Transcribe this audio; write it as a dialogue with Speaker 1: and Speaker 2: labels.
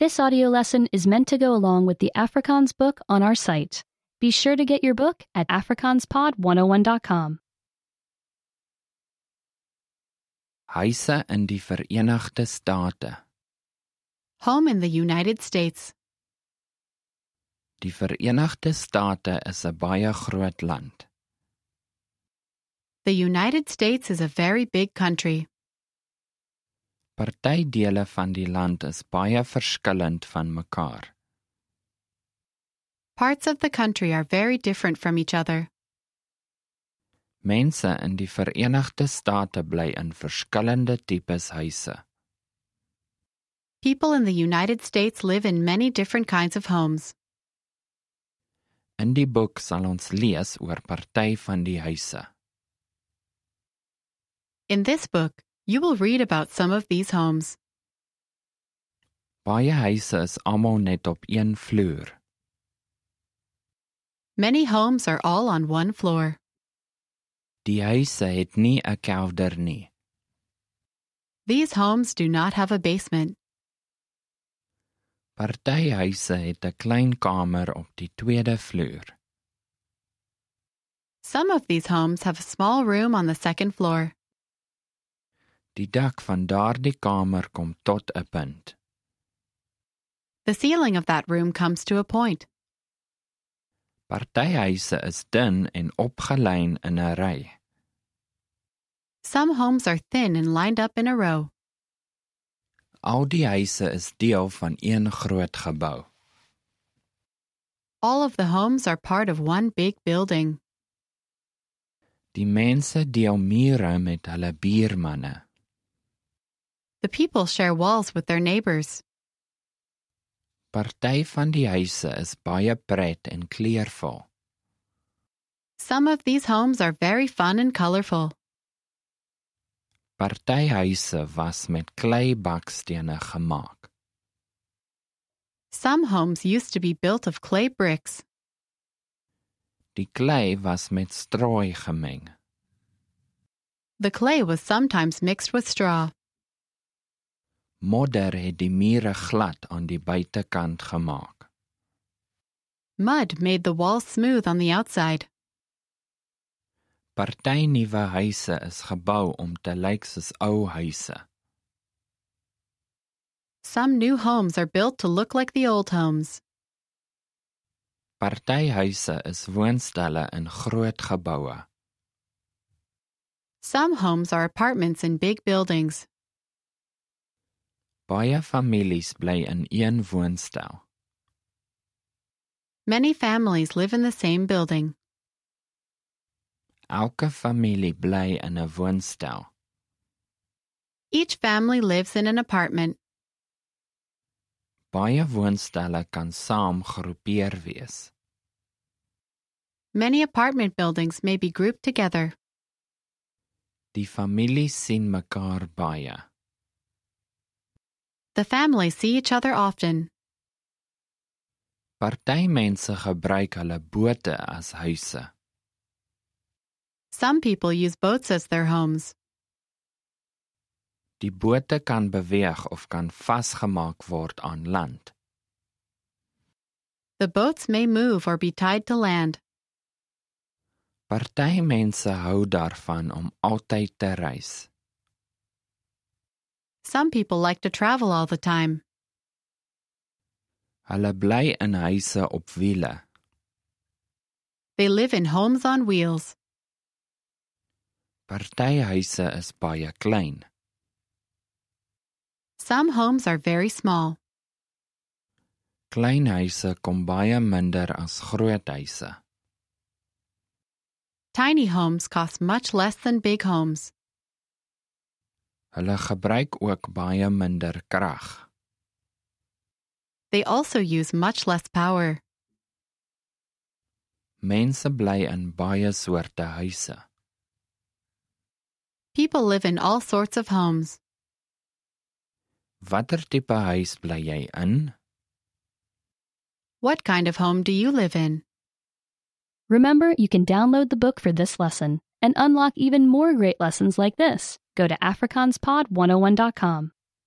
Speaker 1: This audio lesson is meant to go along with the Afrikaans book on our site. Be sure to get your book at afrikaanspod101.com.
Speaker 2: Huise in die Verenigde State.
Speaker 3: Home in the United States.
Speaker 2: Die Verenigde State is 'n baie groot land.
Speaker 3: The United States is a very big country.
Speaker 2: Party dele van die land is baie verskillend van mekaar.
Speaker 3: Parts of the country are very different from each other.
Speaker 2: Mense in die Verenigde State bly in verskillende tipes huise.
Speaker 3: People in the United States live in many different kinds of homes.
Speaker 2: In die boek sal ons lees oor party van die huise.
Speaker 3: In this book, you will read about some of these homes.
Speaker 2: Baie huise is almal net op een vloer.
Speaker 3: Many homes are all on one floor.
Speaker 2: Die huise het nie 'n kelder nie.
Speaker 3: These homes do not have a basement.
Speaker 2: Party huise het 'n klein kamer op die tweede vloer.
Speaker 3: Some of these homes have a small room on the second floor.
Speaker 2: Die dak van daardie kamer kom tot 'n punt.
Speaker 3: The ceiling of that room comes to a point.
Speaker 2: Party huise is dun en opgelyn in 'n ry.
Speaker 3: Some homes are thin and lined up in a row.
Speaker 2: Al die huise is deel van een groot gebou.
Speaker 3: All of the homes are part of one big building.
Speaker 2: Die mense deel mure met hulle buurmanne.
Speaker 3: The people share walls with their neighbors.
Speaker 2: Party van die huise is baie pret en kleurvol.
Speaker 3: Some of these homes are very fun and colorful.
Speaker 2: Party huise was met klei bakstene gemaak.
Speaker 3: Some homes used to be built of clay bricks.
Speaker 2: Die klei was met strooi gemeng.
Speaker 3: The clay was sometimes mixed with straw.
Speaker 2: Modder het die mure glad aan die buitekant gemaak.
Speaker 3: Mud made the walls smooth on the outside.
Speaker 2: Party nuwe huise is gebou om te lyk soos ou huise.
Speaker 3: Some new homes are built to look like the old homes.
Speaker 2: Party huise is woonstelle in groot geboue.
Speaker 3: Some homes are apartments in big buildings.
Speaker 2: Baie families bly in een woonstel.
Speaker 3: Many families live in the same building.
Speaker 2: Elke familie bly in 'n woonstel.
Speaker 3: Each family lives in an apartment.
Speaker 2: Baie woonstelle kan saam gegroepeer wees.
Speaker 3: Many apartment buildings may be grouped together.
Speaker 2: Die families sien mekaar baie.
Speaker 3: The families see each other often.
Speaker 2: Party mense gebruik hulle bote as huise.
Speaker 3: Some people use boats as their homes.
Speaker 2: Die bote kan beweeg of kan vasgemaak word aan land.
Speaker 3: The boats may move or be tied to land.
Speaker 2: Party mense hou daarvan om altyd te reis.
Speaker 3: Some people like to travel all the time.
Speaker 2: Hulle bly in huise op wiele.
Speaker 3: They live in homes on wheels.
Speaker 2: Party huise is baie klein.
Speaker 3: Some homes are very small.
Speaker 2: Klein huise kom baie minder as groot huise.
Speaker 3: Tiny homes cost much less than big homes.
Speaker 2: Hulle gebruik ook baie minder krag.
Speaker 3: They also use much less power.
Speaker 2: Mense bly in baie soorte huise.
Speaker 3: People live in all sorts of homes.
Speaker 2: Watter tipe huis bly jy in?
Speaker 3: What kind of home do you live in?
Speaker 1: Remember, you can download the book for this oh lesson and unlock even more great lessons like this. Go to afrikaanspod101.com.